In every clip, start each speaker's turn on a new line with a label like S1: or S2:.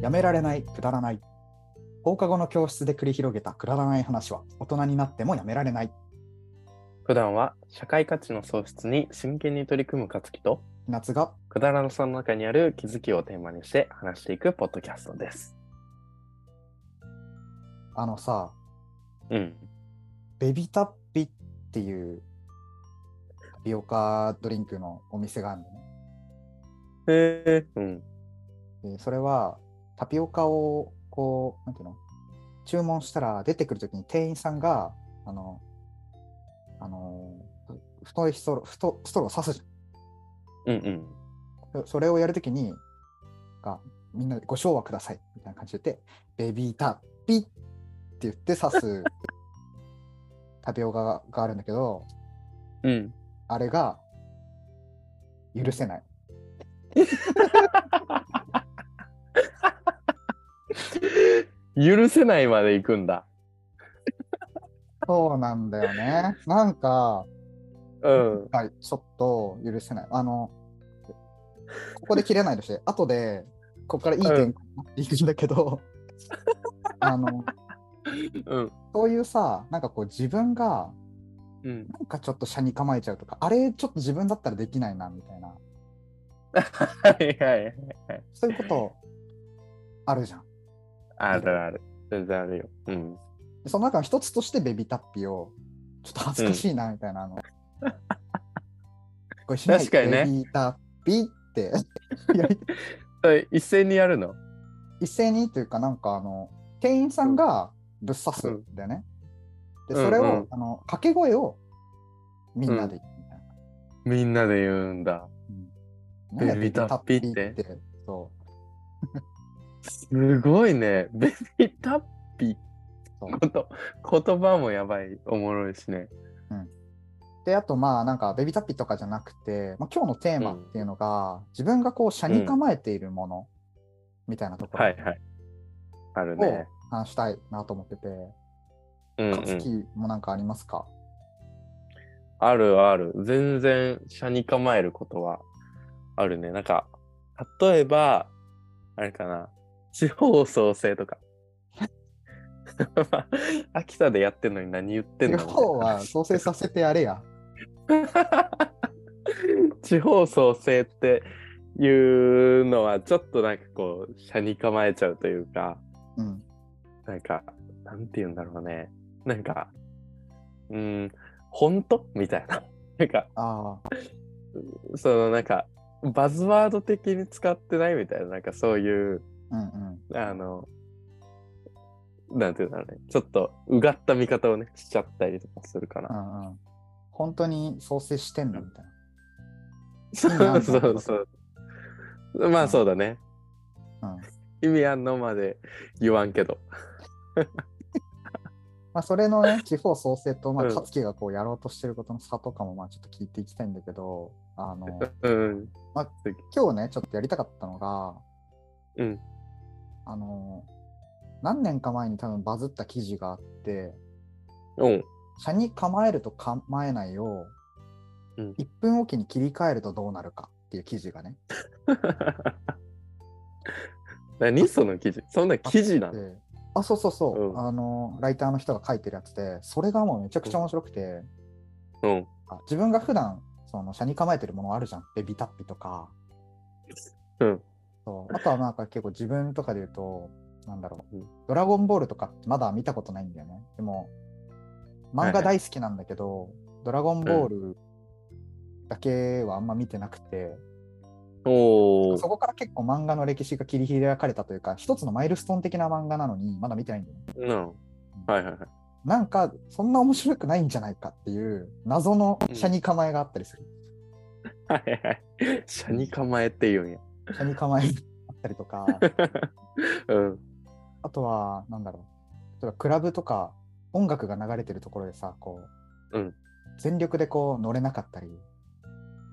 S1: やめられない、くだらない。放課後の教室で繰り広げたくだらない話は大人になってもやめられない。
S2: 普段は社会価値の創出に真剣に取り組む勝樹と
S1: 夏が
S2: くだらなさの中にある気づきをテーマにして話していくポッドキャストです。
S1: あのさ、
S2: うん。
S1: ベビタッピっていうタピオカドリンクのお店があるのね
S2: へえ。うん。。
S1: でそれはタピオカをこう、なんていうの注文したら出てくるときに店員さんが、あの、あの、太いストロー、太ストロー刺すじゃん
S2: うんうん。
S1: そそれをやるときにが、みんなでご賞はくださいみたいな感じで言って、ベビータピって言って刺 すタピオカががあるんだけど、
S2: うん。
S1: あれが許せない。
S2: 許せないまで行くんだ。
S1: そうなんだよね。なんか、
S2: うん。
S1: はい、ちょっと許せない。あの、ここで切れないとして、後で、ここからいい点になっていくんだけど、あの、
S2: うん。
S1: そういうさ、なんかこう自分が
S2: うん。
S1: なんかちょっと車に構えちゃうとか、あれちょっと自分だったらできないなみたいな、
S2: はいはいはい。
S1: そういうことあるじゃん。
S2: あるある。全然あるよ。うん。
S1: でその中の一つとしてベビタッピを、ちょっと恥ずかしいなみたいな、 あの、これしない
S2: 確かにね
S1: ベビタッピって、いや
S2: それ一斉にやるの
S1: 一斉にというか、なんかあの、店員さんがぶっ刺すんだよね。で、それを、
S2: うんうん
S1: あの掛け声をみんなで言うみたいな。
S2: みんなで言うんだ。
S1: なんだ
S2: ベビタッピって
S1: ベビタッピって。そう。
S2: すごいね。ベビータッピ
S1: そう
S2: こと言葉もやばいおもろいしね。
S1: で、あとまあなんかベビタッピとかじゃなくて、まあ、今日のテーマっていうのが、自分がこう、社に構えているものみたいなところ
S2: は
S1: を
S2: いはい。あるね。
S1: 話したいなと思ってて、
S2: うん、う
S1: 勝
S2: ん。
S1: 木もなんかありますか、
S2: あるある。全然、車に構えることはあるね。なんか、例えば、あれかな。地方創生とか。 秋田でやってんのに何言ってん
S1: 地
S2: の
S1: 方は創生させてやれ や。
S2: 地方創生っていうのはちょっとなんかこう車に構えちゃうというか
S1: うん。
S2: なんかなんて言うんだろうねなんかうーん本当みたいななんか
S1: ああ、
S2: そのなんかバズワード的に使ってないみたいななんかそういう
S1: うんうん。
S2: あのなんて言うんだろうねちょっとうがった見方をねしちゃったりとかするか
S1: う
S2: な。
S1: んうん。本当に創生してんのみたいな。
S2: そ
S1: 意味あんの
S2: う そうそうまあそうだね
S1: うん。
S2: 意味あんのまで言わんけど。
S1: まあそれ のね、地方創生と、まあ、
S2: うん
S1: 勝木がこうやろうとしてることの差とかも、まあちょっと聞いていきたいんだけど、あの、
S2: うん。
S1: 今日ね、ちょっとやりたかったのが、
S2: うん。
S1: あの何年か前に多分バズった記事があって
S2: うん。
S1: 車に構えると構えないを
S2: うん
S1: 1分おきに切り替えるとどうなるかっていう記事がね、
S2: 何その記事そんな記事なの
S1: であそうそうそう、
S2: うん
S1: あのライターの人が書いてるやつでそれがもうめちゃくちゃ面白くて、
S2: うん。
S1: あ自分が普段その車に構えてるものあるじゃんベビタッピとか、
S2: うん
S1: そうあとはなんか結構自分とかで言うとなんだろう、
S2: うん
S1: ドラゴンボールとかってまだ見たことないんだよねでも漫画大好きなんだけど、ドラゴンボールだけはあんま見てなくて、
S2: お
S1: そ
S2: ー。
S1: こから結構漫画の歴史が切り開かれたというか一つのマイルストーン的な漫画なのにまだ見てないんだよね
S2: うん。はいはいはい。
S1: なんかそんな面白くないんじゃないかっていう謎の車に構えがあったりする、
S2: はいはい。 車に構えって言うんや。
S1: 車に構えがあったりと か
S2: うん。
S1: あとは、なんだろう。例えば、クラブとか、音楽が流れてるところでさ、こう、
S2: うん
S1: 全力でこう、乗れなかったり、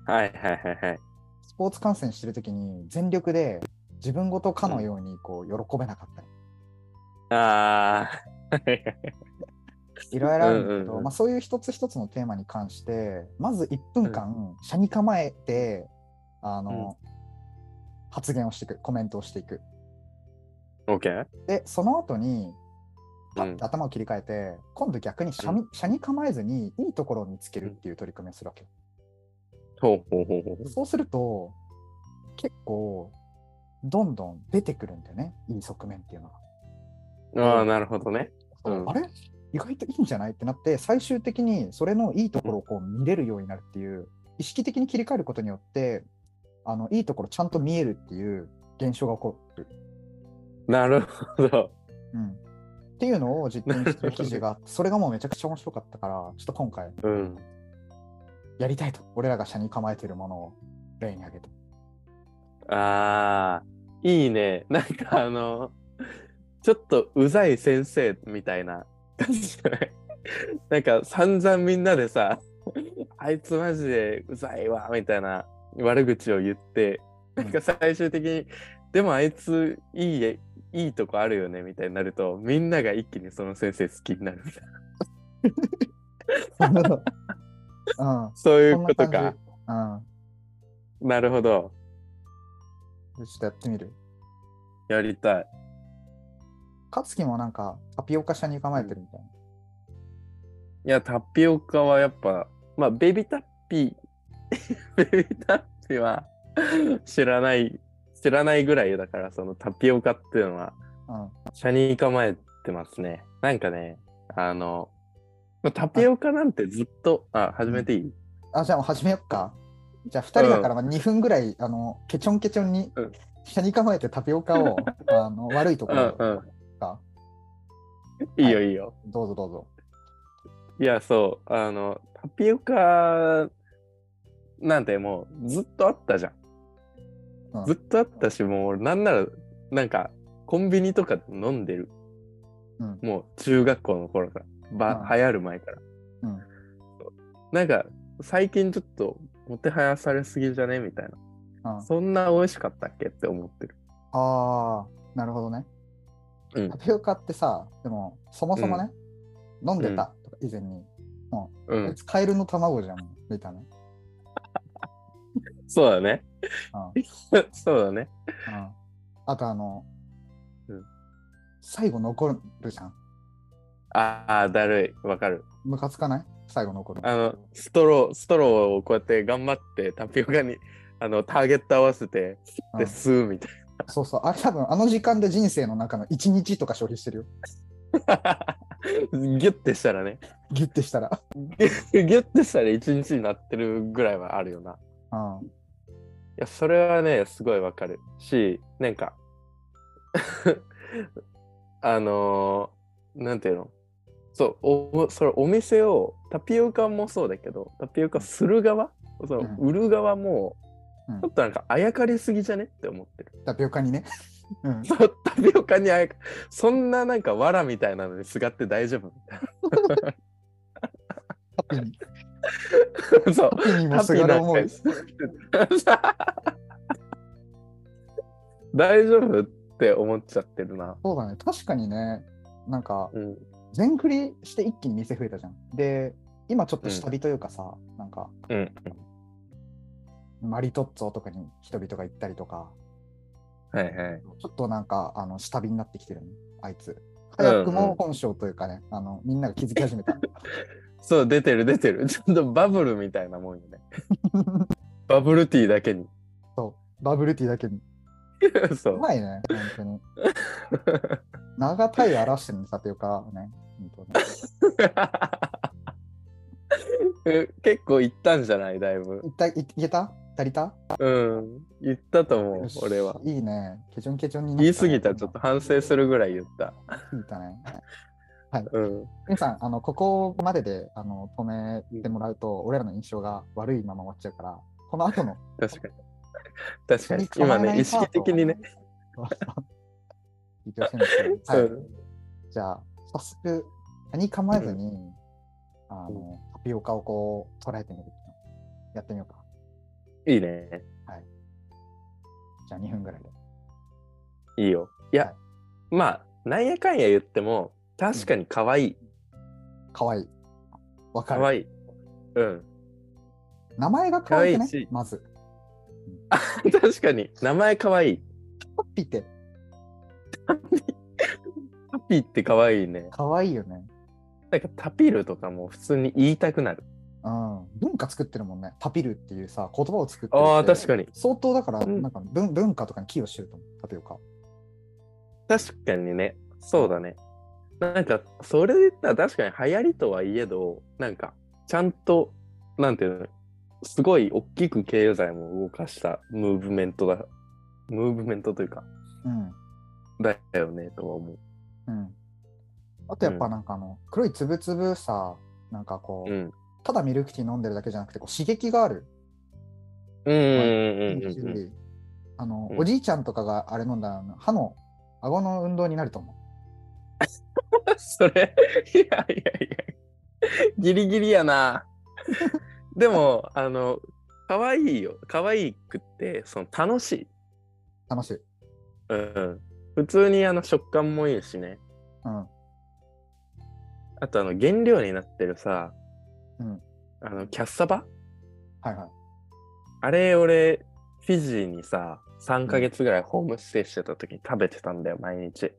S2: はいはいはいはい。
S1: スポーツ観戦してるときに、全力で自分ごとかのように、 こう、喜べなかったり、
S2: あー。
S1: いろいろあるんだけ
S2: うんうん
S1: ど、
S2: うん
S1: まあ、そういう一つ一つのテーマに関して、まず1分間、車に構えて、あの、発言をしていく、コメントをしていく。
S2: OK?
S1: で、その後に、パ
S2: う
S1: ッ
S2: ん
S1: て頭を切り替えて、今度逆に車に,、車に構えずに、いいところを見つけるっていう取り組みをするわけ。
S2: ほうほうほうほう。
S1: そうすると、結構、どんどん出てくるんだよね、いい側面っていうのが。
S2: ああ、なるほどね。うん
S1: あれ意外といいんじゃないってなって、最終的にそれのいいところをこう見れるようになるっていう、意識的に切り替えることによって、あのいいところちゃんと見えるっていう現象が起こる。
S2: なるほど。
S1: うん、っていうのを実験してる記事があ って、それがもうめちゃくちゃ面白かったから、ちょっと今回
S2: うん。
S1: やりたいと、俺らが社に構えてるものを例に挙 げて。
S2: ああ、いいね。なんかあの、ちょっとうざい先生みたいな 感じじゃないなんか散々みんなでさ、あいつマジでうざいわ、みたいな悪口を言って、なんか最終的に、でもあいついいえ、いいとこあるよね、みたいになると、みんなが一気にその先生好きになるみたいな。
S1: うん、
S2: そういう
S1: そん
S2: こ
S1: な
S2: と
S1: 感じ。
S2: か。
S1: うん
S2: なるほど。
S1: ちょっとやってみる。
S2: やりたい。
S1: 勝樹もなんかタピオカ社に構えてるみたいな。
S2: いや、タピオカはやっぱ、まあ、ベビタッピー、 ベビタッピーは知らない、知らないぐらいだから、そのタピオカっていうのは、
S1: うん
S2: 車に構えてますね。なんかね、あの、まあタピオカなんてずっと、あ、始めていい
S1: あ、じゃあもう始めよっか。じゃあ2人だからまあ2分ぐらい、あの、ケチョンケチョンに
S2: うん、
S1: 下に構えてタピオカ を、あの、悪いとこ
S2: う
S1: ろを
S2: んうん。
S1: か、
S2: いいよいいよ。
S1: どうぞどうぞ。
S2: いや、そう、あの、タピオカなんてもうずっとあったじゃん。
S1: うん
S2: ずっとあったし、もう俺なんなら、なんか、コンビニとかで飲んでる。
S1: うん
S2: もう中学校の頃から、ば、
S1: うん
S2: 流行る前から。
S1: うん
S2: なんか、最近ちょっと、もてはやされすぎじゃねみたい
S1: うん
S2: な。そんな美味しかったっけって思ってる。
S1: あー、なるほどね。
S2: うん
S1: タピオカってさ、でも、そもそもね、飲んでたとか以前に、
S2: う
S1: こい
S2: ん。
S1: つカエルの卵じゃん、みたいな。
S2: そうだね。
S1: うん
S2: そうだね。
S1: うんあとあの
S2: うん、
S1: 最後残るじゃん。
S2: ああ、だるい。わかる。
S1: ムカつかない最後残る。
S2: あの、ストロー、ストローをこうやって頑張ってタピオカに、あの、ターゲット合わせて、
S1: うん
S2: で、吸うみたい
S1: そうそう。あれ多分、あの時間で人生の中の1日とか消費してるよ。
S2: な。 ギュッてしたらね。
S1: ギュッてしたら。
S2: ギュギュッてしたら一日になってるぐらいはあるよな。い
S1: うん。
S2: や、それはね、すごいわかるし、なんか、あのーなんていうのそう、お、それお店を、タピオカもそうだけど、タピオカする側、そう
S1: うん
S2: 売る側も
S1: うん、
S2: ちょっとなんかあやかりすぎじゃねって思ってる。
S1: タピオカにね。 うん、
S2: そうタピオカにあやかそんななんか藁みたいなのにすがって大丈
S1: ハッピーに。
S2: 夫 そう
S1: ハッピーにも
S2: ハ
S1: す
S2: ッピ
S1: が
S2: ーな
S1: る思い。
S2: 大丈夫って思っちゃってるな。
S1: そうだね。確かにね、なんか、
S2: うん。
S1: 全振りして一気に店増えたじゃん。で、今ちょっと下火というかさ、なんか、
S2: うん。
S1: マリトッツォとかに人々が行ったりとか、
S2: はいはい。
S1: ちょっとなんか、あの、下火になってきてるね、あいつ。早く
S2: うんう
S1: も
S2: ん
S1: 本性というかね、あの、みんなが気づき始めた。
S2: そう、出てる出てる。ちょっとバブルみたいなもんよ ね。バブルティーだけに。
S1: そう、バブルティーだけに。
S2: そう う。
S1: まいね、本当に。長たい表してるね、タピオカはね。本当に。
S2: え結構行ったんじゃないだいぶ。
S1: いった、い、いけた足りた
S2: うん。行ったと思
S1: よ
S2: う
S1: し、
S2: 俺は。
S1: いいね。ケチョンケチョンになったね
S2: 言い過ぎた、ちょっと。反省するぐらい言った。
S1: 言い過ぎたね。
S2: うん。
S1: 皆さん、あの、ここまでで、あの、止めてもらうと、俺らの印象が悪いまま終わっちゃうから、この後の。
S2: 確かに。確かに。今ね、意識的 にね。。
S1: 聞いてほしいんですけど
S2: そ
S1: は
S2: う
S1: い。じゃあ、早速、何構えずに、あの、タピオカをこう、捉えてみる。やってみようか。
S2: いいね。
S1: じゃあ、2分ぐらいで。
S2: いいよ。いや、
S1: はい
S2: まあ、なんやかんや言っても、確かに可愛い。
S1: かわいい。わか
S2: 可
S1: る。
S2: 愛い。うん。
S1: 名前がかわいくね
S2: 可愛いし、
S1: まず。
S2: 確かに、名前可愛い。
S1: ハッピーって、
S2: タピって可愛いね。
S1: かわいいよね。
S2: なんかタピルとかも普通に言いたくなる。
S1: うん。文化作ってるもんね。タピルっていうさ、言葉を作ってるって。
S2: ああ、確かに。
S1: 相当だから、
S2: うん
S1: なんか文文化とかに寄与してると思う、タピオカ。
S2: 確かにね。そうだね。なんか、それで言ったら確かに流行りとはいえど、なんか、ちゃんと、なんていうの、すごい大きく経済も動かしたムーブメントだ。ムーブメントというか、
S1: うん。
S2: だよね、とは思う。
S1: うん。あとやっぱなんかあの、黒いつぶつぶさ、なんかこう、
S2: うん。
S1: ただミルクティー飲んでるだけじゃなくて、こう刺激がある。
S2: うんうんうんうんうん。
S1: あの、
S2: うん
S1: おじいちゃんとかがあれ飲んだら、歯の、顎の運動になると思
S2: それ、いやいやいや、ギリギリ やな。でも、あの、可愛いよ。可愛くって、その楽しい。
S1: う。楽しい。
S2: うん。普通にあの食感もいいしね。
S1: うん。
S2: あとあの原料になってるさ、
S1: うん
S2: あのキャッサバ
S1: はいはい。
S2: あれ俺、フィジーにさ、3ヶ月ぐらいホームステイしてた時に食べてたんだよ、毎日。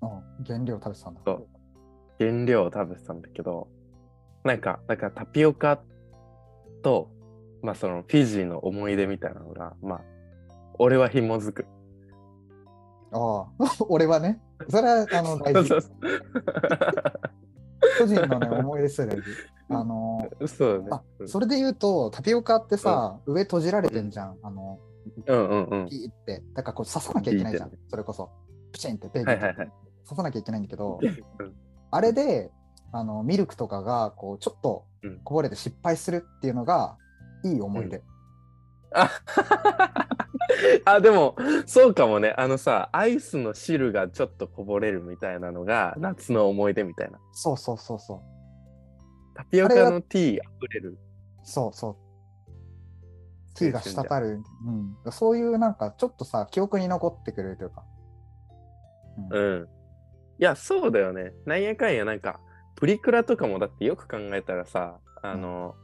S1: うん。原料食べてたんだ。
S2: そう原料を食べてたんだけど、なんか、だからタピオカと、まあそのフィジーの思い出みたいなのが、まあ、俺は紐づく。
S1: あ あ、俺はね、それはあの大事
S2: そう。そ
S1: 個人のね、思い出すより大事。あの
S2: う そうだね。
S1: あそれで言うと、タピオカってさ、上閉じられてんじゃん。あの、
S2: うんうんうん。
S1: ピーって。だからこう刺さなきゃいけないじゃん
S2: ピー。
S1: それこそ。プチンってペー
S2: は
S1: キ
S2: いはいはい。
S1: 刺さなきゃいけないんだけど、あれで、あの、ミルクとかが、こう、ちょっと
S2: うん
S1: こぼれて失敗するっていうのが、いい思い出。
S2: ああでもそうかもねあのさアイスの汁がちょっとこぼれるみたいなのが夏の思い出みたいな
S1: そうそうそうそう。
S2: タピオカのティーあふれる
S1: そうそう。ティーが滴る。うん。そういうなんか、ちょっとさ、記憶に残ってくれるというか。うん
S2: うんいやそうだよねなんやかんやなんかプリクラとかもだってよく考えたらさあの、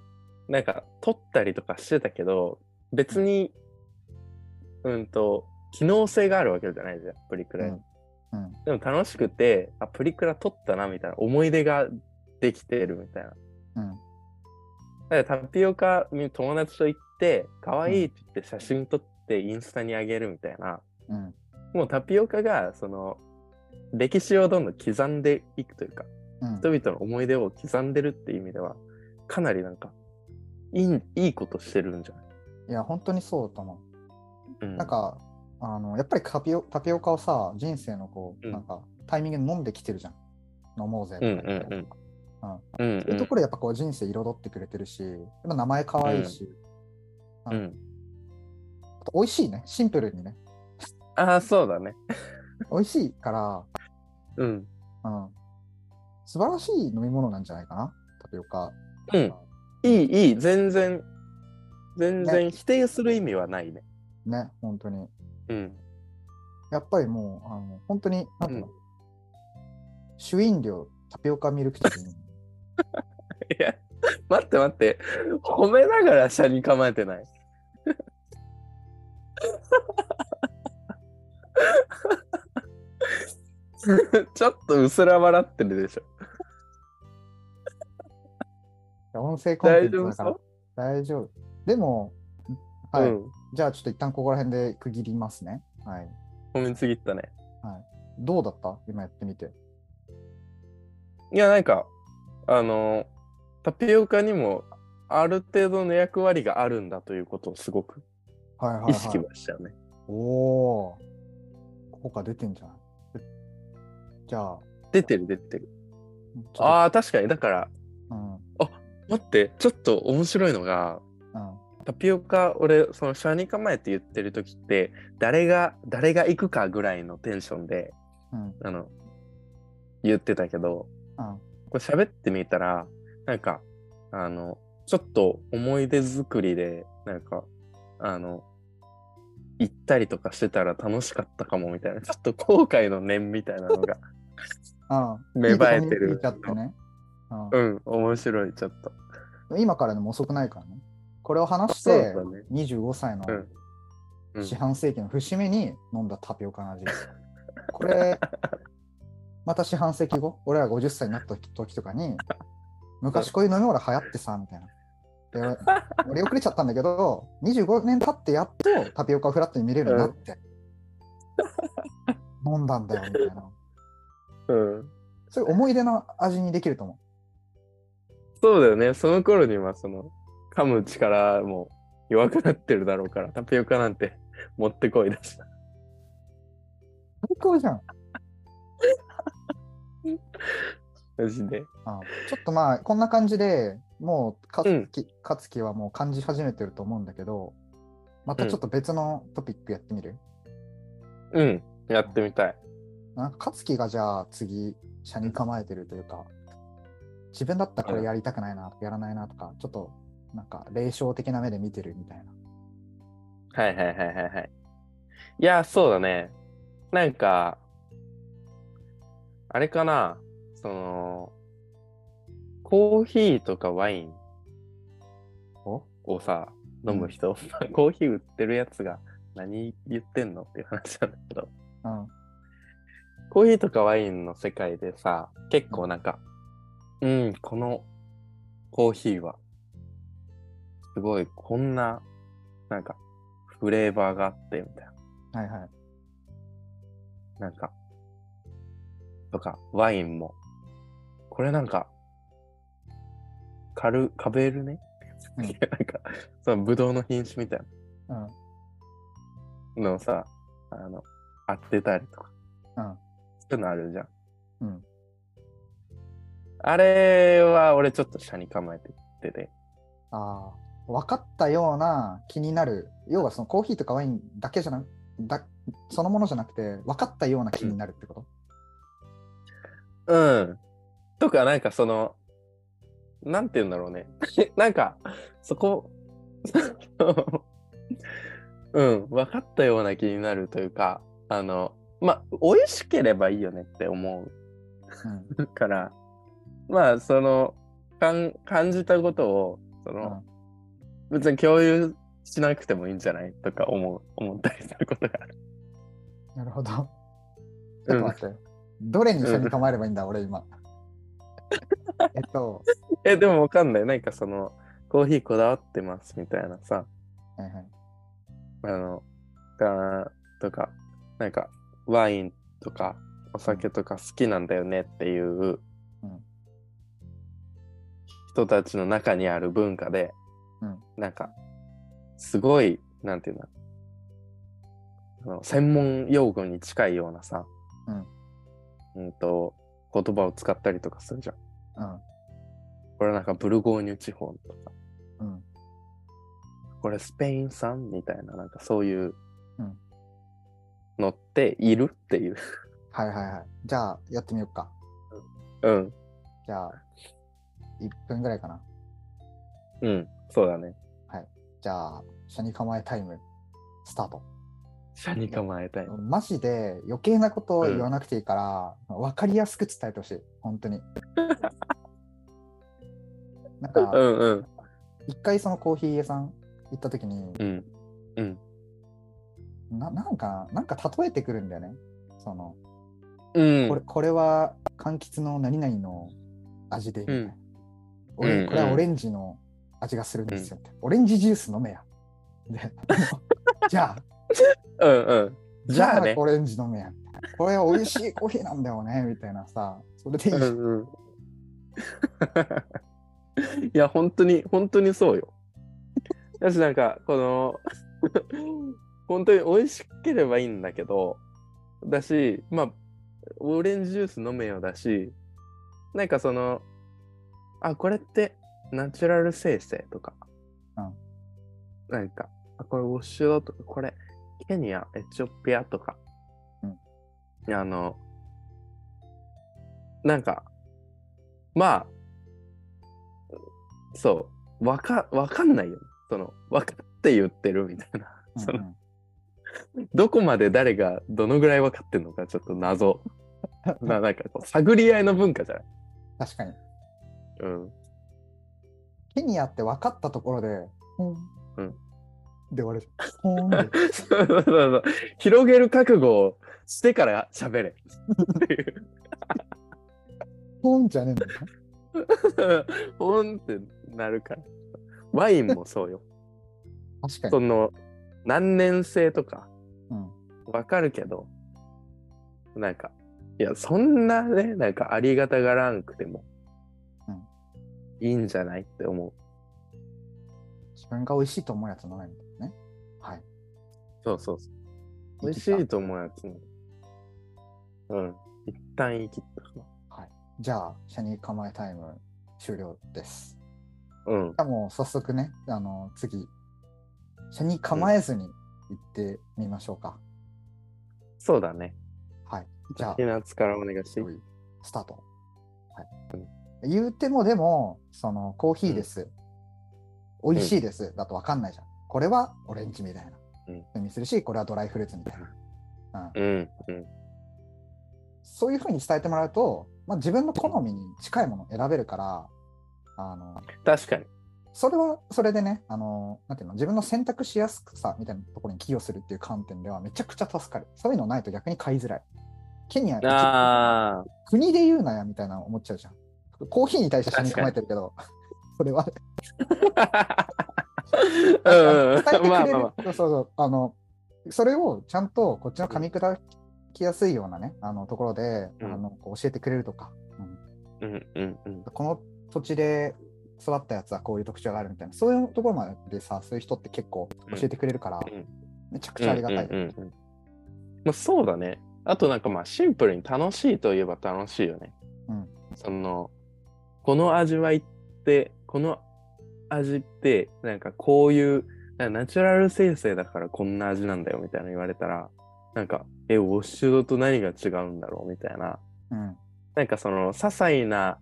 S2: なんか撮ったりとかしてたけど別にうんと機能性があるわけじゃないじゃんプリクラに、
S1: うんうん
S2: でも楽しくてあプリクラ撮ったなみたいな思い出ができてるみたいな
S1: うん。
S2: だからタピオカに友達と行って、可愛いって言って写真撮ってインスタにあげるみたいな、
S1: うん。
S2: もうタピオカが、その、歴史をどんどん刻んでいくというか、
S1: うん
S2: 人々の思い出を刻んでるっていう意味では、かなりなんか、いい、いいことしてるんじゃない
S1: いや、本当にそうだと思
S2: う
S1: う。
S2: ん
S1: なん、か、あの、やっぱりタピオタピオカをさ、人生のこう、
S2: うん
S1: なんか、タイミングで飲んできてるじゃん。飲もうぜとか言って。
S2: うんうんうんうん、
S1: そういうところでやっぱこう人生彩ってくれてるし、やっぱ名前可愛いし、
S2: うんうん。
S1: あと美味しいね、シンプルにね。
S2: ああ、そうだね。
S1: 美味しいから、
S2: うん。
S1: うん。素晴らしい飲み物なんじゃないかな、タピオカ。
S2: うん。いい、いい、全然、全然否定する意味はないね。
S1: ね、本当に。
S2: うん。
S1: やっぱりもう、あの本当に、なんていうの、主飲料、タピオカミルクティ ーに。
S2: いや、待って待って。褒めながら車に構え てない。ちょっと薄ら笑ってるでしょ。
S1: 音声コンテ
S2: 大
S1: ンツ
S2: 丈夫
S1: だから
S2: そ。
S1: 大丈夫。でも、
S2: う、
S1: はい。
S2: うん。
S1: じゃあ、ちょっと一旦ここら辺で区切りますね。はい。
S2: 褒めちぎったね。
S1: どうだった今やってみて。
S2: いや、なんか、あの、タピオカにもある程度の役割があるんだということをすごく
S1: はいはい、はい。
S2: 意識はしたよね。
S1: おおー。効果出てんじゃないじゃあ、
S2: 出てる出てる。
S1: ちょっ
S2: ああ、確かに。だから、
S1: とうん。うん。
S2: 待って、ちょっと面白いのが、タピオカ俺そのシャニカマエって言ってる時って誰が誰が行くかぐらいのテンションで
S1: うん。
S2: あの言ってたけど
S1: うん。
S2: これ喋ってみたらなんかあのちょっと思い出作りでなんかあの行ったりとかしてたら楽しかったかもみたいなちょっと後悔の念みたいなの が
S1: ああ
S2: 芽生えて
S1: いいとこに気づ
S2: る
S1: いちゃってね。うん
S2: うん面白いちょっと
S1: 今からでも遅くないからね。これを話し
S2: そう
S1: て
S2: だ、ね
S1: 25歳の
S2: うんうん
S1: 四半世紀の節目に飲んだタピオカの味。これ、また四半世紀後、俺ら50歳になった時とかに、昔こういう飲み物流行ってさ、みたいな。で俺俺遅れちゃったんだけど、25年経ってやっとタピオカをフラットに見れるようになって、飲んだんだよ、みたいな。
S2: うん。
S1: そういう思い出の味にできると思
S2: そうだよね。その頃には、その、噛む力も弱くなってるだろうから、タピオカなんて 持ってこいだし。
S1: う。最高じゃん。
S2: マジで。
S1: あちょっとまあ、こんな感じでもう、か
S2: うん
S1: つき、かつきはもう感じ始めてると思うんだけど、またちょっと別のトピックやってみる、
S2: うん。やってみたい。
S1: なんか勝樹がじゃあ次、車に構えてるというか、自分だったらこれやりたくないな、やらないなとか、ちょっとなんか霊障的な目で見てるみたいな。
S2: はいはいはいはいはい。いや、そうだね。なんか、あれかな。その、コーヒーとかワイン
S1: お
S2: をさ、飲む人、コーヒー売ってるやつが何言ってんのっていう話なんだけど、
S1: うん。
S2: コーヒーとかワインの世界でさ、結構なんか、うん、このコーヒーは、すごい、こんな、なんか、フレーバーがあって、みたいな。
S1: はいはい。
S2: なんか、とか、ワインも。これなんか、カル、カベルね、
S1: うん
S2: なんか、そのブドウの品種みたい
S1: うん。うん。
S2: なのをさ、あの、当てたりとか、そういうのあるじゃん。
S1: うん。
S2: あれは俺ちょっと下に構えててて。
S1: ああ、分かったような気になる。要はそのコーヒーとかワインだけじゃなくだそのものじゃなくて、分かったような気になるってこと、
S2: うん。とか、なんかその、なんて言うんだろうね。 なんか、そこ、 うん、分かったような気になるというか、あの、まあ、美味しければいいよねって
S1: う
S2: 思
S1: ん、
S2: うから、まあ、その、かん感じたことを、その、別に共有しなくてもいいんじゃないとか思う、思ったりすることがある。
S1: なるほ ど。ちょっと待って。どれに車に構えればいいんだ、俺今。えっと、
S2: え、でもわかんない。なんかその、コーヒーこだわってますみたいなさ、
S1: はいはい。
S2: あの、が、とか、なんか、ワインとか、お酒とか好きなんだよねっていう、
S1: うん
S2: 人たちの中にある文化で、
S1: うん
S2: なんか、すごい、なんていうんだあの、専門用語に近いようなさ、
S1: うん
S2: うんと、言葉を使ったりとかするじゃん。
S1: うん。
S2: これなんかブルゴーニュ地方とか、
S1: うん。
S2: これスペイン産みたいな、なんかそういう
S1: うん
S2: のっているっていう。
S1: はいはいはい。じゃあ、やってみようか。
S2: うん。
S1: じゃあ、1分ぐらいかな。
S2: うん。そうだね。
S1: じゃあ、車に構えタイム、スタート。
S2: 車に構えたい。
S1: マジで余計なことを言わなくていいから、分かりやすく伝えてほしい。本 当に。なん
S2: う
S1: か、
S2: んうん。
S1: 一回そのコーヒー屋さん行った時に、
S2: うん。
S1: ななんか、なんか例えてくるんだよね。その、
S2: うん。
S1: これこれは柑橘の何々の味でみたいな、
S2: うん
S1: 俺
S2: うん
S1: これはオレンジの味がするんですよって、オレンジジュース飲めやで じゃあ
S2: うんうん。じゃあね。
S1: オレンジ飲めやみたいなこれは美味しいコーヒーなんだよねみたいなさそれでいい、う
S2: う
S1: ん
S2: んうん。 いや、本当に、本当にそうよ。だし、なんか、この、 本当に美味しければいいんだけど、だし、まあ、オレンジジュース飲めよだし、なんかその、あ、これってナチュラル生成とか、
S1: うん
S2: なんか、あ、これウォッシュドとか、これケニア、エチオピアとか、あの、なんか、まあ、そう、わか、わかんないよ。その、わかって言ってるみたいな。 その
S1: うん
S2: どこまで誰がどのぐらい分かってるのかちょっと謎。ななんかこう探り合いの文化じゃない
S1: 確かに
S2: うん。
S1: ケニアって分かったところでほん、
S2: うん
S1: で終わるほんで
S2: そうそうそうそう広げる覚悟をしてから喋れっていう
S1: ポンじゃねえんだよね。
S2: ポンってなるからワインもそうよ
S1: 確か
S2: そ
S1: に。
S2: の何年生とか
S1: うん。
S2: わかるけどなんかいやそんなねなんかありがたがらんくても、
S1: うん
S2: いいんじゃないって思う
S1: 自分が美味しいと思うやつ飲めみたいなね。はい。
S2: そうそうそう美味し
S1: 言い切
S2: い
S1: っ
S2: と思うやつもうん一旦言い切ったか
S1: た。はい。じゃあ、シャニー構えタイム終了です。
S2: なうん
S1: じゃあもう早速ね、あの、次、シャニー構えずに行ってみましょうか。
S2: そうだね
S1: はい。じゃあ、
S2: なつからお願いしていい
S1: 用意スタート。はい、言うてもでも、そのコーヒーです、美味しいです、だと分かんないじゃん。これはオレンジみたいな。意味するし、これはドライフルーツみたいな。うん
S2: うんうん
S1: そういうふうに伝えてもらうと、まあ、自分の好みに近いものを選べるから、あの
S2: 確かに
S1: それはそれでねあのなんていうの、自分の選択しやすさみたいなところに寄与するっていう観点ではめちゃくちゃ助かる。そういうのないと逆に買いづらい。ケニア、
S2: ああ
S1: 国で言うなやみたいな思っちゃうじゃん。コーヒーに対して死に構えてるけど、 それは。 伝えてく
S2: うんうん
S1: れる
S2: まあまあま
S1: そうそうあの、それをちゃんとこっちの噛み砕きやすいようなね、あのところで、
S2: うん
S1: あのこう教えてくれるとか、
S2: うんうんうん
S1: この土地で育ったやつはこういう特徴があるみたいな、そういうところまでさ、そういう人って結構教えてくれるから、
S2: うん
S1: めちゃくちゃありがたい。
S2: うんうんうんまあ、そうだねあとなんかまあシンプルに楽しいといえば楽しいよね、
S1: うん
S2: そのこの味わいってこの味ってなんかこういうなんかナチュラル生成だからこんな味なんだよみたいなの言われたらなんかえウォッシュドと何が違うんだろうみたいな
S1: うん
S2: なんかその些細な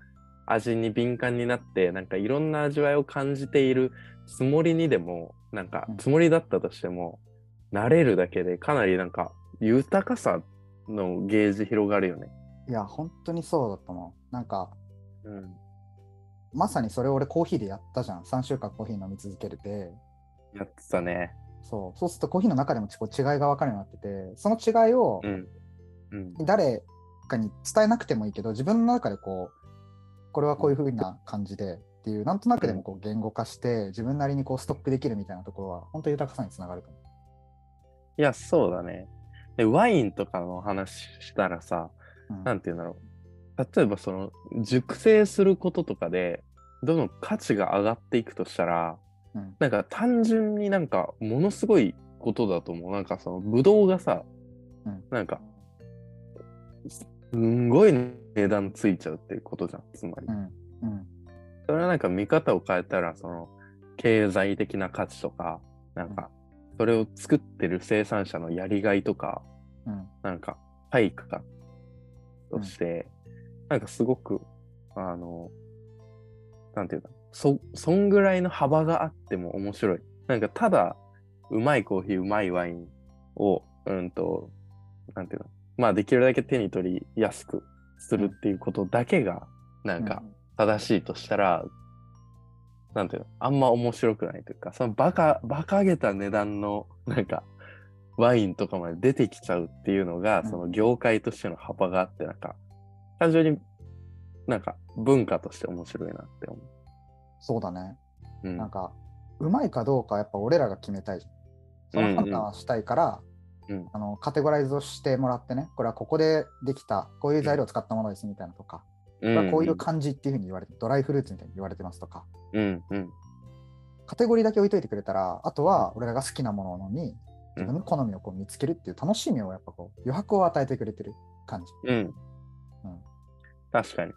S2: 味に敏感になってなんかいろんな味わいを感じているつもりにでもなんか
S1: うん
S2: つもりだったとしても、慣れるだけでかなりなんか豊かさのゲージ広がるよね。
S1: いや、本当にそうだと思う。なんか、
S2: うん、
S1: まさにそれ俺コーヒーでやったじゃん。3週間コーヒー飲み続けるで。
S2: やってたね。
S1: そうそうするとコーヒーの中でもこう違いが分かるようになっててその違いを
S2: うん。うん。
S1: 誰かに伝えなくてもいいけど自分の中でこうこれはこういう風な感じでっていうなんとなくでもこう言語化して自分なりにこうストックできるみたいなところは本当に豊かさにつながると思
S2: いや、そうだね。で、ワインとかの話したらさ、
S1: う。うん
S2: なんて言うんだろう。例えばその熟成することとかでどんどん価値が上がっていくとしたら、
S1: うん
S2: なんか単純になんかものすごいことだと思う。なんかそのブドウがさ、
S1: うん
S2: なんかすんごい値段ついちゃうっていうことじゃん。つまり
S1: う。んうん
S2: それはなんか見方を変えたらその経済的な価値とか、なんかそれを作ってる生産者のやりがいとか、
S1: うん
S2: なんか、体育かとして、なんかすごく、あの、なんていうか、そ、そんぐらいの幅があっても面白い。なんか、ただ、うまいコーヒー、うまいワインを、うんと、なんていうの、まあ、できるだけ手に取りやすくするっていうことだけが、なんか、正しいとしたら、なんていうの、あんま面白くないというか、そのバカ、バカげた値段の、なんか、ワインとかまで出てきちゃうっていうのが、
S1: うん
S2: その業界としての幅があって、なんか、単純になんか文化として面白いなって思
S1: そうだね
S2: う。うん。
S1: なんかうまいかどうかはやっぱ俺らが決めたいじゃんその判断はしたいから、
S2: うんうん
S1: あのカテゴライズをしてもらってねこれはここでできたこういう材料を使ったものですみたいなとか、これはこういう感じっていうふうに言われて、ドライフルーツみたいに言われてますとか、
S2: うん、うん、
S1: カテゴリーだけ置いといてくれたら、あとは俺らが好きなものに、
S2: うん
S1: 自分の好みをこう見つけるっていう楽しみをやっぱこう余白を与えてくれてる感じ。
S2: うん。うん
S1: うん
S2: 確かに。
S1: うん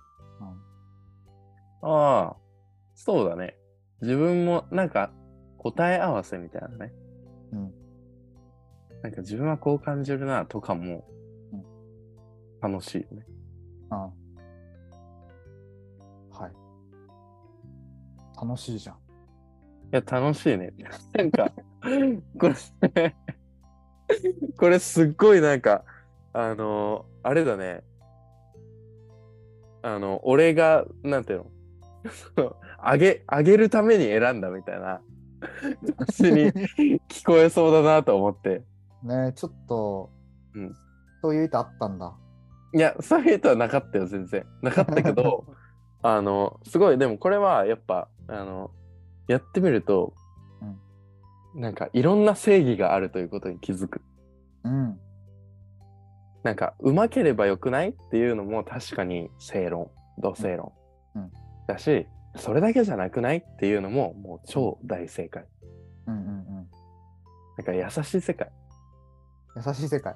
S2: ああ、そうだね。自分もなんか答え合わせみたいなね。
S1: うん
S2: なんか自分はこう感じるなとかも
S1: うん
S2: 楽しいよね。
S1: うんはい。楽しいじゃん。
S2: いや、楽しいね。 なんか、これ、これすっごいなんか、あのあれだね。あの、俺が、なんていうの、その あげ、あげるために選んだみたいな、 感じに聞こえそうだなと思って。
S1: ねちょっと、
S2: うん
S1: そういう意図あったんだ。
S2: いや、そういう意図はなかったよ、全然。なかった けど、あの、すごい、でもこれはやっぱ、あの、やってみると、なんかいろんな正義があるということに気づく。
S1: うん。
S2: なんか、うまければよくないっていうのも確かに正論、同正論。
S1: うんうん
S2: だし、それだけじゃなくないっていうのも、もう超大正解。
S1: うんうんうん。
S2: なんか優しい世界。
S1: 優しい 世界。い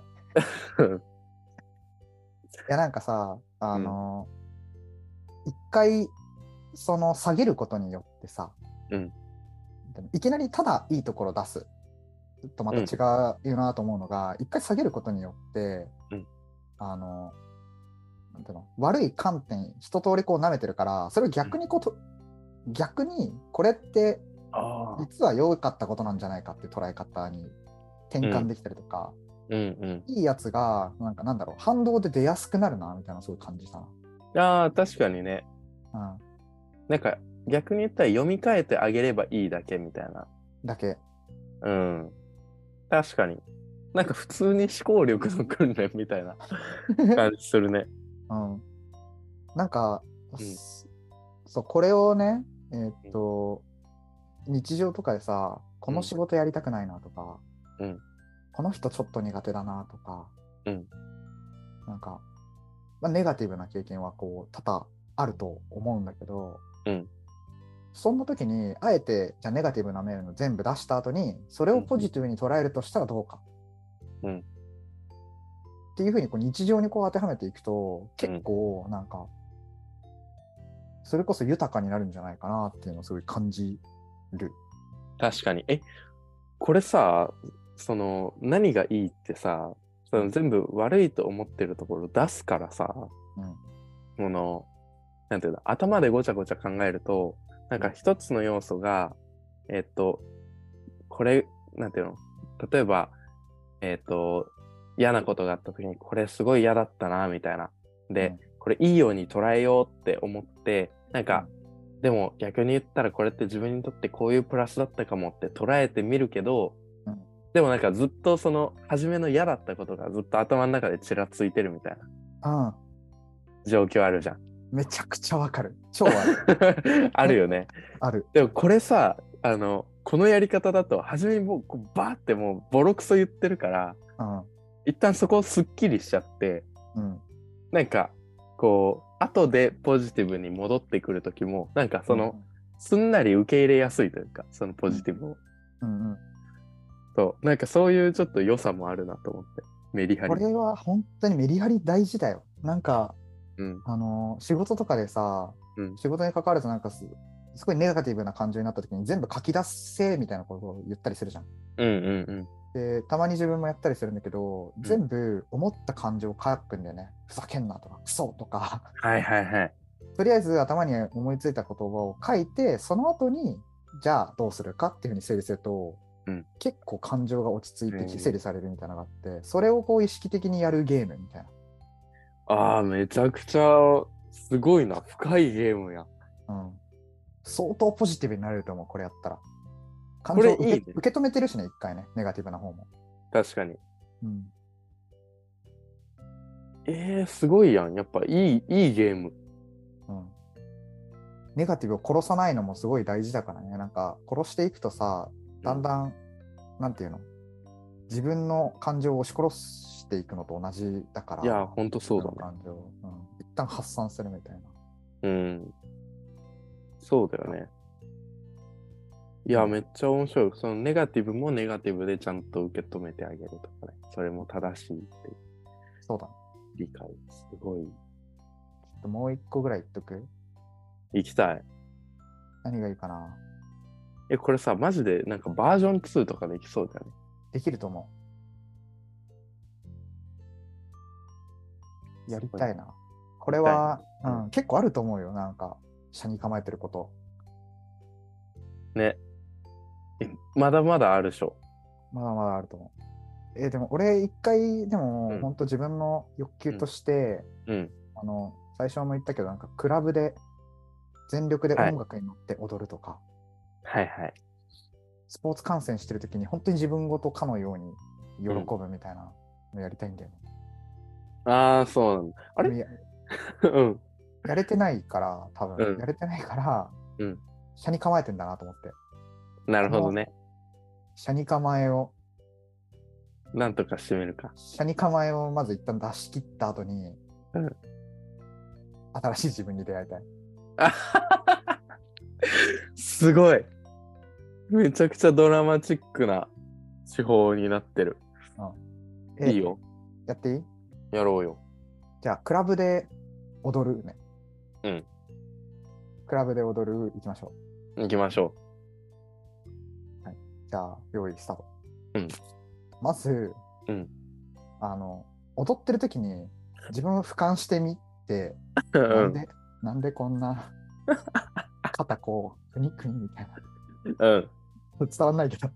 S1: やなんかさ、あのー一回、その下げることによってさ、
S2: うん
S1: いきなりただいいところ出す。ちょっとまた違うよなと思うのが、一回下げることによって、
S2: うん
S1: あのーなんていうの悪い観点一通りこう舐めてるからそれを逆にこうと、逆にこれって
S2: ああ。
S1: 実は良かったことなんじゃないかっていう捉え方に転換できたりとか、
S2: うん
S1: いいやつが、なんかなんだろう、反動で出やすくなるな、みたいなのすごい感じた
S2: うん。ああ、確かにね。
S1: な。
S2: なんか、逆に言ったら読み替えてあげればいいだけみたいな。
S1: うん。だけ。
S2: うん。確かに。なんか普通に思考力の訓練みたいな感じするね。
S1: うん。なんか、
S2: ん
S1: そう、これをね、えーっと、日常とかでさ、この仕事やりたくないなとか、
S2: うん
S1: この人ちょっと苦手だなとか、
S2: うん
S1: なんか、まあ、ネガティブな経験はこう、多々あると思うんだけど、
S2: うん
S1: そんな時に、あえて、じゃあネガティブな面を全部出した後に、それをポジティブに捉えるとしたらどうか。
S2: うん
S1: っていうふうにこう日常にこう当てはめていくと、結構なんか、それこそ豊かになるんじゃないかなっていうのをすごい感じる。
S2: 確かに。え、これさ、その、何がいいってさ、その全部悪いと思ってるところ出すからさ、
S1: うん。
S2: この、なんていうの、頭でごちゃごちゃ考えると、なんか一つの要素が、えっと、これ、なんていうの、例えば、えっと、嫌なことがあった時に、これすごい嫌だったな、みたいな。で、
S1: うん
S2: これいいように捉えようって思って、なんか、でも逆に言ったらこれって自分にとってこういうプラスだったかもって捉えてみるけど、
S1: うん
S2: でもなんかずっとその初めの嫌だったことがずっと頭の中でちらついてるみたいな
S1: うん。
S2: 状況あるじゃん。
S1: めちゃくちゃわかる。超あ る。
S2: あるよね。
S1: ある。
S2: でもこれさ、あの、このやり方だと、初めにもうこうバーってもうボロクソ言ってるから、
S1: うん。
S2: 一旦そこをすっきりしちゃって、
S1: うん。
S2: なんか、こう、後でポジティブに戻ってくる時も、なんかその、すんなり受け入れやすいというか、そのポジティブを。
S1: うん、うん
S2: そう、なんかそういうちょっと良さもあるなと思って、メリ
S1: う
S2: ハ
S1: ん。
S2: リ
S1: こ。れは本当にメリハリ大事だよ。なんか、
S2: うん、
S1: あの仕事とかでさ、
S2: うん
S1: 仕事に関わらずなんかすすごいネガティブな感情になった時に全部書き出せみたいなことを言ったりするじゃん。
S2: うん、うん、
S1: でたまに自分もやったりするんだけど、全部思った感情を書くんだよね。ふざけんなとか、クソとか。
S2: うん。はいはいはい。
S1: とりあえず頭に思いついた言葉を書いてその後にじゃあどうするかっていうふうに整理すると、
S2: うん
S1: 結構感情が落ち着いて
S2: へえ
S1: き整理されるみたいなのがあってそれをこう意識的にやるゲームみたい
S2: ああ、めちゃくちゃ、すごいな。深いゲームや。
S1: な、うん、相当ポジティブになれると思うこれやったら感
S2: こ
S1: 情
S2: れ
S1: を受け
S2: いいね
S1: 受け止めてるしね一回ねネガティブな方も、
S2: 確かに。
S1: うん、
S2: えー、すごいやん。やっぱいい、いいゲーム。
S1: うん、ネガティブを殺さないのもすごい大事だからねなんか殺していくとさだんだん、なんていうの自分の感情を押し殺していくのと同じだから
S2: いや、ほんとそう
S1: 自分の
S2: だね。
S1: 感情、うん、一旦発散するみたいな
S2: うん。そうだよね。いや、めっちゃ面白い。そのネガティブもネガティブでちゃんと受け止めてあげるとかね。それも正しいっていう
S1: そうだ
S2: 理解。すごい。
S1: ちょっともう一個ぐらい言っとく
S2: 行きたい。
S1: 何がいいかな
S2: え、これさ、マジでなんかバージョン2とかできそうだよね。
S1: できると思うやりたいなこれは、
S2: やりたいね
S1: うん、結構あると思うよなんか車に構えてること
S2: え、まだまだあるでしょ。
S1: まだまだあると思う。えーでも俺一回で
S2: う
S1: も
S2: ん
S1: 本当自分の欲求として、
S2: うん。
S1: あの最初も言ったけどなんかクラブで全力で
S2: はい
S1: 音楽に乗って踊るとか、
S2: はいはい。
S1: スポーツ観戦してる時に本当に自分ごとかのように喜ぶみたいなのやりたいんだよね。
S2: ああ、そうなんだ。あれ
S1: や
S2: うん。
S1: やれてないから、多分、
S2: うん
S1: やれてないから、
S2: うん
S1: 車に構えてんだなと思って。
S2: なるほどね。
S1: 車に構えを、
S2: なんとか締めるか。
S1: 車に構えをまず一旦出し切った後に、
S2: うん
S1: 新しい自分に出会いたい。
S2: あすごい。めちゃくちゃドラマチックな手法になってる。
S1: え
S2: いいよ。
S1: やっていい
S2: やろうよ。
S1: じゃあ、クラブで踊るね。
S2: うん。
S1: クラブで踊る、行きましょ
S2: 行きましょ
S1: う。じゃあ、用意スタート。
S2: うん。
S1: まず、
S2: うん
S1: あの、踊ってる時に、自分を俯瞰してみて、
S2: う。う
S1: なん
S2: ん。
S1: で、なんでこん な、肩こう、くにくにみたいな。
S2: うん。
S1: 伝わんないけど。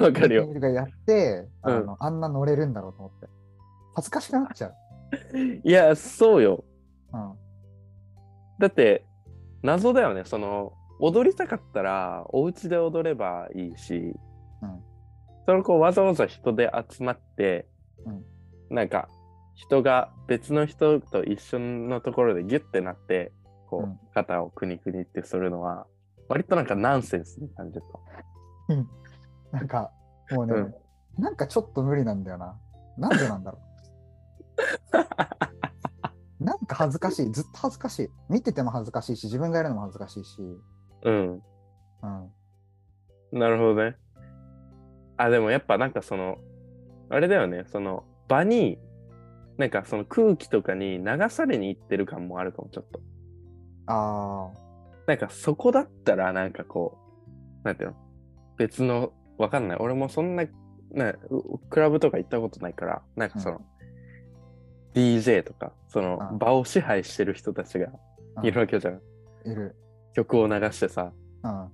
S2: わかるよ。
S1: がやって、あの、
S2: う
S1: あんな乗れるんだろうと思って。恥ずかしくなっちゃう。
S2: いや、そうよ。
S1: うん。
S2: だって、謎だよね。その、踊りたかったら、お家で踊ればいいし、
S1: うん
S2: それをこうわざわざ人で集まって、
S1: うん
S2: なんか、人が別の人と一緒のところでギュッてなって、こう、
S1: うん
S2: 肩をくにくにってするのは、割となんかナンセンスに感じた。
S1: なんか、もうね、なんかちょっと無理なんだよな。なんでなんだろう。 なんか恥ずかしい。ずっと恥ずかしい。見てても恥ずかしいし、自分がやるのも恥ずかしいし。う
S2: うん。
S1: ん。
S2: なるほどね。あ、でもやっぱなんかその、あれだよね、その場に、なんかその空気とかに流されに行ってる感もあるかも、ちょっと。
S1: あ
S2: なんかそこだったら、なんかこう、なんていうの別の、わかんない。俺もそんな、なうクラブとか行ったことないから、なんかその、DJ とか、そ
S1: うん
S2: の場を支配してる人たちが
S1: うん
S2: いるわけじゃん。
S1: あ、いる。
S2: 曲を流してさ。
S1: うん。
S2: なん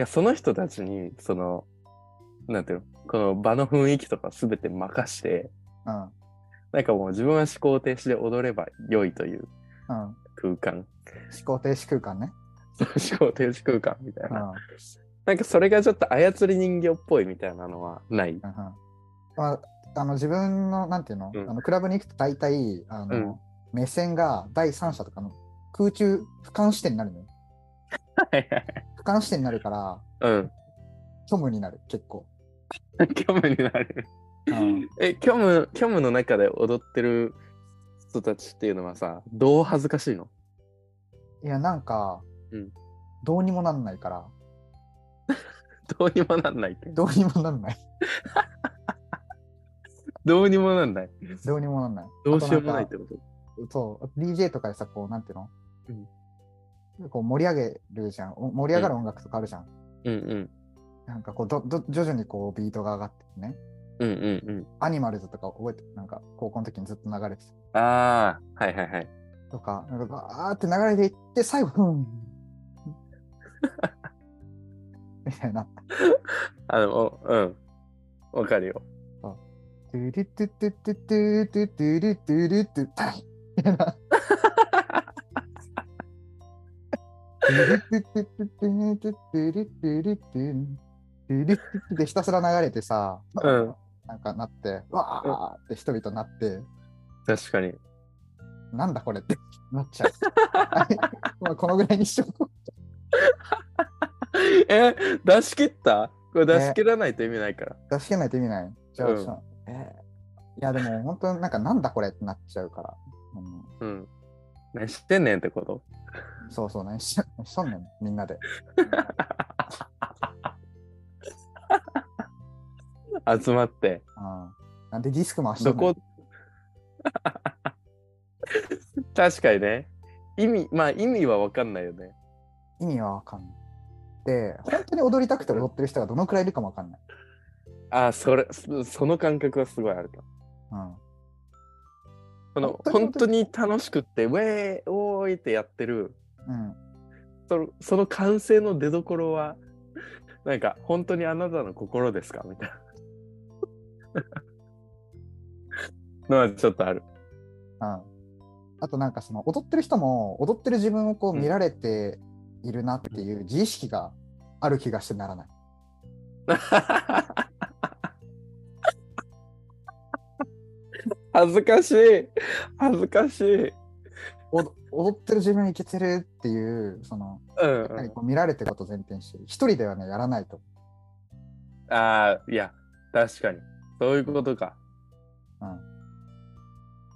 S2: かその人たちに、その、なんていうのこの場の雰囲気とかすべて任して、
S1: うん。
S2: なんかもう自分は思考停止で踊れば良いという
S1: うん。思
S2: 空間。
S1: 考停止空間ね。
S2: そう思考停止空間みたいうな。
S1: ん。うん。
S2: なんかそれがちょっと操り人形っぽいみたいなのはない。
S1: うんまあ、あの自分の、なんていうの,、
S2: うん
S1: あのクラブに行くと大体、あの
S2: うん
S1: 目線が第三者とかの空中俯瞰視点になるのよ。俯瞰視点になるから、
S2: うん。
S1: 虚無になる、結構。
S2: 虚無になる。
S1: うん
S2: え、虚無、虚無の中で踊ってる人たちっていうのはさ、どう恥ずかしいの
S1: いや、なんか、
S2: うん
S1: どうにもなんないから、
S2: どうにもなんないって。
S1: どうにもなんない。
S2: どうにもなんない。
S1: どうにもなんない。
S2: どうしようもないっ
S1: あと
S2: てこと。
S1: んかそう、DJ とかでさ、こう、なんていうの、こう盛り上げるじゃん。お盛り上がる音楽とかあるじゃん。
S2: うんうん。
S1: なんかこうどど、徐々にこう、ビートが上がってね。
S2: うんうんうん。
S1: アニマルズとか覚えてるなんか、高校の時にずっと流れてた
S2: ああ、はいはいはい。
S1: とか、なんかバーって流れていって、最後、ふ ん。みたいな。
S2: あの、おうん。わかるよ。
S1: トゥルトゥトゥトゥトゥトゥトゥルトゥルトゥタイみたいな。トゥルトゥトゥトゥトゥトゥトゥルトゥルトゥントゥルトゥトゥでひたすら流れてさ、
S2: うん
S1: なんかなって、わーって人々なって、
S2: 確かに。
S1: なんだこれってなっちゃう。まあこのぐらいにしとこ
S2: え、出し切ったこれ出し切らないと意味ないから。
S1: う。出し切らないと意味ない。じゃあ、
S2: うん
S1: ちょえーいやでも本当になんかなんだこれってなっちゃうから。うん
S2: うん。何してんねんってこと
S1: そうそう、何し何しとんねん、みんなで。
S2: 集まって。
S1: うんなんでディスク回して
S2: ど
S1: んの
S2: こ 確かにね。意味、まあ意味はわかんないよね。
S1: 意味はわかんない。で、本当に踊りたくて踊ってる人がどのくらいいるかもわかんない。
S2: ああ、それ、そその感覚はすごいあると。
S1: うん。
S2: その、
S1: 本
S2: 本
S1: 当
S2: 当に楽しくって、ウェー、おーいってやってる、
S1: うん。
S2: その、その完成の出どころは、 なんか、本当にあなたの心ですかみたいな。の はちょっとある。
S1: うん。あとなんかその踊ってる人も踊ってる自分をこう見られているなっていう自意識がある気がしてならない。
S2: 恥ずかしい恥ずかしい
S1: お踊ってる自分いけてるっていう、その、
S2: うん、
S1: やはり
S2: う
S1: こう見られてることを前提にして、一人ではね、やらないと。
S2: ん。ああ、いや、確かに。そういうことか。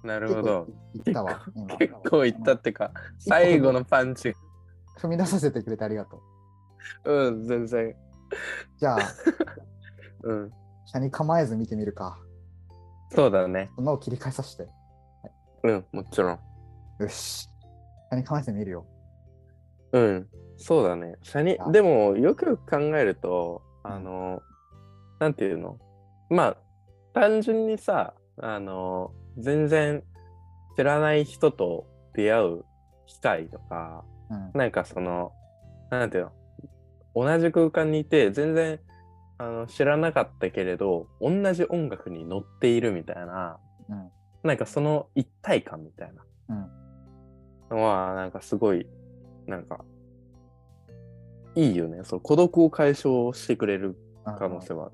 S1: うん。
S2: なるほ
S1: 結
S2: ど。
S1: 構いったわ。今
S2: 結構いった っ。てか、最後のパンチ。
S1: 踏み出させてくれてありがとう。
S2: うん、全然。
S1: じゃあ、
S2: うん。
S1: 下に構えず見てみるか。
S2: そうだね。
S1: 脳を切り替えさせて。
S2: うん、もちろん。
S1: よし。下に構えず見るよ。
S2: うん、そうだね。シャニ
S1: あ、
S2: でもよくよく考えると、あの、なんていうのまあ、単純にさ、あの、全然知らない人と出会う機会とか、
S1: うん。
S2: なんかその、なんていうの同じ空間にいて、全然あの知らなかったけれど、同じ音楽に乗っているみたいな、
S1: うん
S2: なんかその一体感みたいな、のは、なんかすごい、なんか、いいよね。そう孤独を解消してくれる
S1: うん
S2: 可能性はあ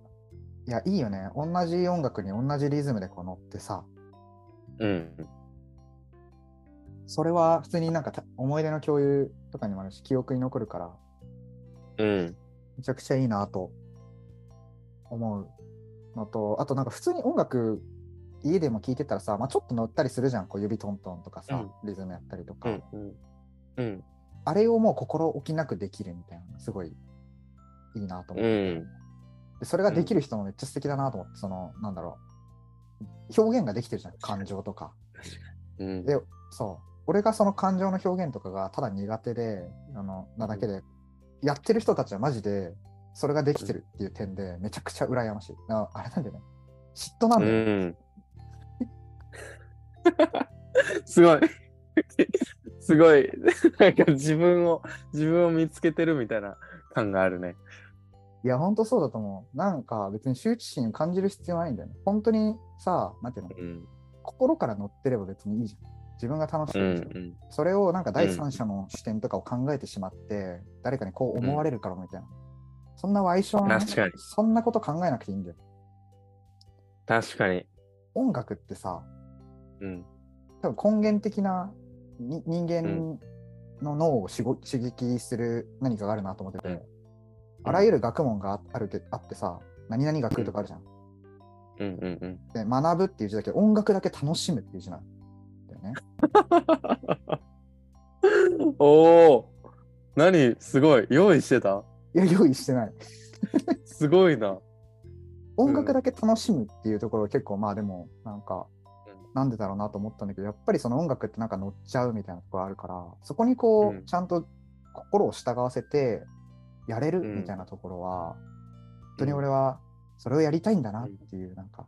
S1: いや、いいよね。同じ音楽に同じリズムでこう乗ってさ、
S2: る。
S1: それは普通になんかた思い出の共有とかにもあるし、記憶に残るから、
S2: うん。うん。
S1: めちゃくちゃいいなと思うのと、あとなんか普通に音楽、家でも聴いてたらさ、まあ、ちょっと乗ったりするじゃん、こう指トントンとかさ、リズムやったりと
S2: う
S1: か、
S2: ん。うん。うん。
S1: あれをもう心置きなくできるみたいなのがすごいいいなと思
S2: う
S1: って、
S2: ん。
S1: でそれができる人もめっちゃ素敵だなと思って、その、なんだろう、表現ができてるじゃん、感情とか。
S2: うん。
S1: でそう俺がその感情の表現とかがただ苦手であのなだけで、やってる人たちはマジでそれができてるっていう点でめちゃくちゃ羨ましいああれなんだよね嫉妬なん
S2: う
S1: だよ、
S2: ん。 すごい。すごい。なんか自分を、自分を見つけてるみたいな感があるね。
S1: いやほんとそうだと思うなんか別に羞恥心を感じる必要ないんだよね本当にさなんていうの
S2: うん。
S1: 心から乗ってれば別にいいじゃん自分が楽し
S2: う
S1: い、
S2: ん。
S1: それをなんか第三者の視点とかを考えてしまって、誰かにこう思われるからみたいな、そんな賠償のね
S2: 確かに
S1: そんなこと考えなくていいんだよ
S2: 確かに。
S1: 音楽ってさ
S2: うん。
S1: 多分根源的なに人間の脳をしご刺激する何かがあるなと思ってて、
S2: うん
S1: あらゆる学問がああるけあってさ何々学とかあるじゃん、
S2: うんうんうん。
S1: で学ぶっていう字だけど音楽だけ楽しむっていう字なんだよね
S2: おお何すごい。用意してた
S1: いや用意してない
S2: すごいな。
S1: 音楽だけ楽しむっていうところは結構まあでもなんか、
S2: うん
S1: なんでだろうなと思ったんだけどやっぱりその音楽ってなんか乗っちゃうみたいなところあるからそこにこう、
S2: うん
S1: ちゃんと心を従わせてやれる
S2: うん
S1: みたいなところは、本当に俺はそれをやりたいんだなっていう、なんか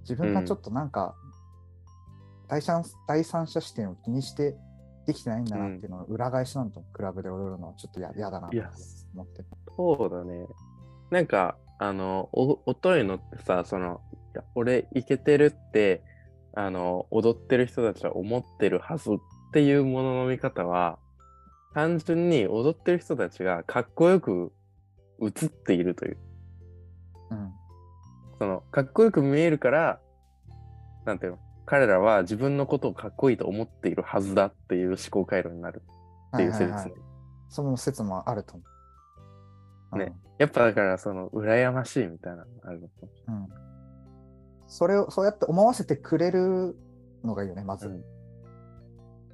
S1: 自分がちょっとなんか、第三第三者視点を気にしてできてないんだなっていうのを裏返しなんともクラブで踊るのはちょっとや嫌だなと
S2: いや
S1: 思って
S2: そうだね。なんか、あの、お音に乗ってさ、その、いや俺、イケてるって、あの、踊ってる人たちは思ってるはずっていうものの見方は、単純に踊ってる人たちがかっこよく映っているという、
S1: うん
S2: その、かっこよく見えるから、なんていうの、彼らは自分のことをかっこいいと思っているはずだっていう思考回路になるっていう
S1: はい
S2: 説
S1: はいはい
S2: ね。
S1: その説もあると思う。
S2: ねやっぱだから、その、羨ましいみたいなのあるのかもし
S1: うん。うん。それを、そうやって思わせてくれるのがいいよね、まず。
S2: うん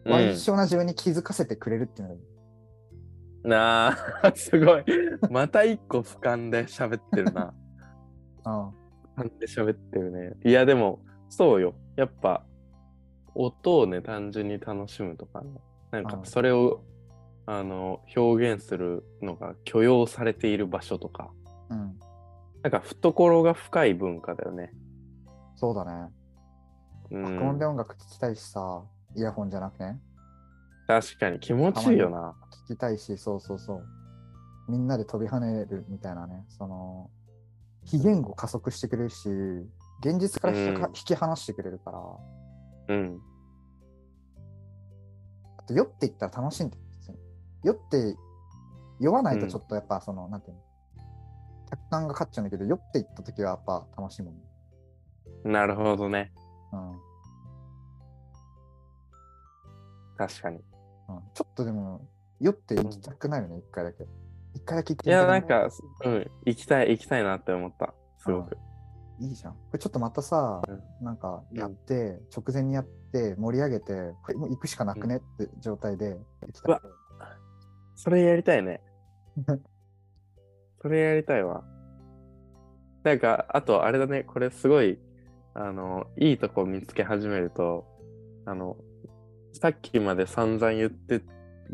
S1: まあ
S2: れない。うん
S1: 一生な自分に気づかせてくれるっていうのがいい。
S2: なあ、すごい。また一個俯瞰で喋ってるな。
S1: うん。
S2: 俯瞰で喋ってるね。いや、でも、そうよ。やっぱ、音をね、単純に楽しむとかね。なんか
S1: う、ん
S2: それを、あの、表現するのが許容されている場所とか。
S1: うん。
S2: なんか、懐が深い文化だよね。
S1: そうだね。
S2: う
S1: 爆音
S2: ん
S1: で。音楽聴きたいしさ、イヤホンじゃなくね。
S2: 確かに気持ちいいよな。
S1: 聴きたいし、そうそうそう。みんなで飛び跳ねるみたいなね、その、非言語加速してくれるし、現実から引き,、
S2: うん
S1: 引き離してくれるから、
S2: うん。
S1: あと酔っていったら楽しいんだよ、普通に酔って、酔わないとちょっとやっぱその、なんていうの、客観が勝っちゃうんだけど、酔っていった時はやっぱ楽しいもんね。
S2: なるほどね。
S1: うん。
S2: 確かに。
S1: うん、ちょっとでも、酔って行きたくなるね、一、回だけ。一回だけ行っ
S2: い
S1: てみ
S2: や、
S1: たく
S2: な
S1: る
S2: んか、うん、行きたい、行きたいなって思った。すごく。
S1: いいじゃん。これちょっとまたさ、なんかやって、直前にやって、盛り上げて、これもう行くしかなくねって状態で行きたい、
S2: うわそれやりたいね。それやりたいわ。なんか、あと、あれだね、これすごい、あの、いいとこ見つけ始めると、あの、さっきまで散々言って、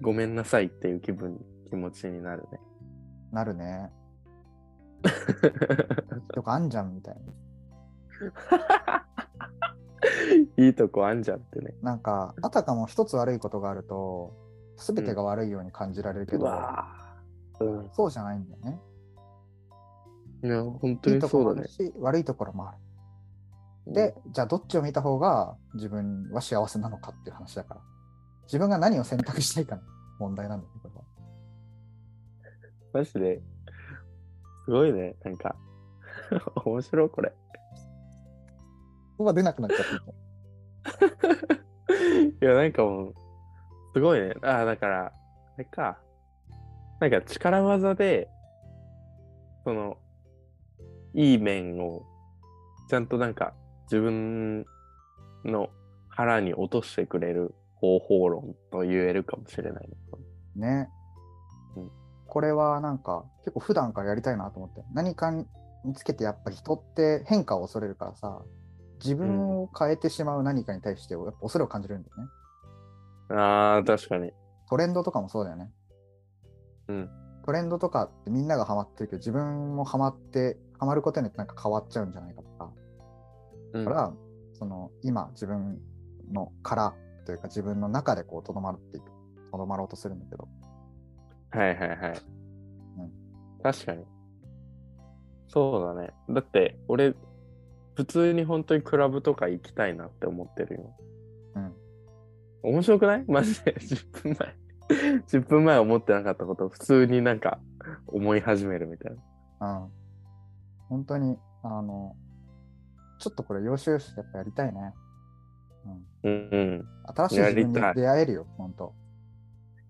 S2: ごめんなさいっていう気分、気持ちになるね。
S1: なるね。とかあんじゃんみたいな。
S2: いいとこあんじゃんってね。
S1: なんか、あたかも一つ悪いことがあると、すべてが悪いように感じられるけ
S2: う
S1: ど、
S2: わぁ。うん
S1: そうじゃないんだよね。
S2: いや、本当
S1: いい
S2: に
S1: と
S2: そ
S1: ころもあ
S2: うだ
S1: る
S2: ね。
S1: し、悪いところもある。で、じゃあどっちを見た方が自分は幸せなのかっていう話だから。自分が何を選択したいかの 問題なんだよね、これは。
S2: マジで、すごいね、なんか、 面白い、これ。
S1: ここが出なくなっちゃってる。
S2: いや、なんかもう、すごいね。ああ、だから、あれか。なんか力技で、その、いい面を、ちゃんとなんか、自分の腹に落としてくれる方法論と言えるかもしれないね。
S1: ね。
S2: うん
S1: これはなんか結構普段からやりたいなと思って何かにつけてやっぱ人って変化を恐れるからさ自分を変えてしまう何かに対してやっぱ恐れを感じるんだよね
S2: ああ、確かに。
S1: トレンドとかもそうだよね
S2: うん
S1: トレンドとかってみんながハマってるけど自分もハマってハマることによってなんか変わっちゃうんじゃないかとか
S2: うん
S1: だから、その今自分の殻というか自分の中でこうとどまっていくとどまろうとするんだけど
S2: はいはいはい。
S1: うん
S2: 確かに。そうだね。だって、俺、普通に本当にクラブとか行きたいなって思ってるよ。
S1: うん
S2: 面白くないマ ジで10分前。10分前思ってなかったこと、普通になんか思い始めるみたいな。
S1: うん。本当に、あの、ちょっとこれ、要所要所でやっぱやりたいね。うん。
S2: うんうん。
S1: 新しい自分に
S2: やりたい
S1: 出会えるよ、本当。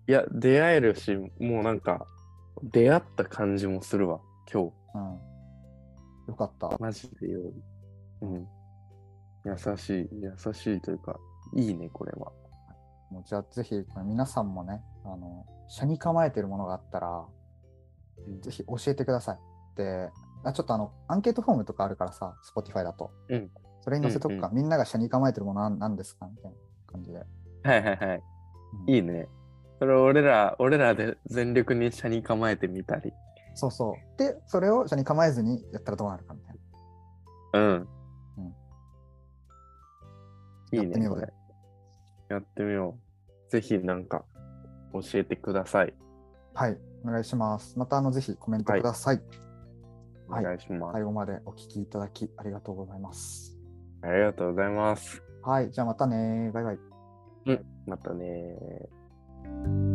S2: いや、出会えるし、もうなんか、出会った感じもするわ。今
S1: うん。よかった。
S2: 日。マジでよ。うん。優しい、優しいというか、いいね、これは。
S1: もうじゃあ、ぜひ、これ皆さんもね、あの、車に構えてるものがあったら、
S2: うん
S1: ぜひ教えてください。で、あちょっとあの、アンケートフォームとかあるからさ、Spotify だと。
S2: うん
S1: それに載せとくか、
S2: う
S1: みんなが車に構えてるものなんなんですかみたいな感じで。
S2: はいはいはい。
S1: うん
S2: いいね。それ俺ら、俺らで全力に車に構えてみたり。
S1: そうそう。で、それを車に構えずにやったらどうなるかみたいな。
S2: うん。いい
S1: やってみ
S2: ね、
S1: よう
S2: こ
S1: ぜ
S2: れ。やってみよう。ぜひなんか教えてください。
S1: はい、お願いします。またあのぜひコメントください。
S2: お
S1: はい
S2: 願いします。
S1: 最後までお聞きいただきありがとうございます。
S2: ありがとうございます。
S1: はい、じゃあまたねバイバイ。
S2: またねー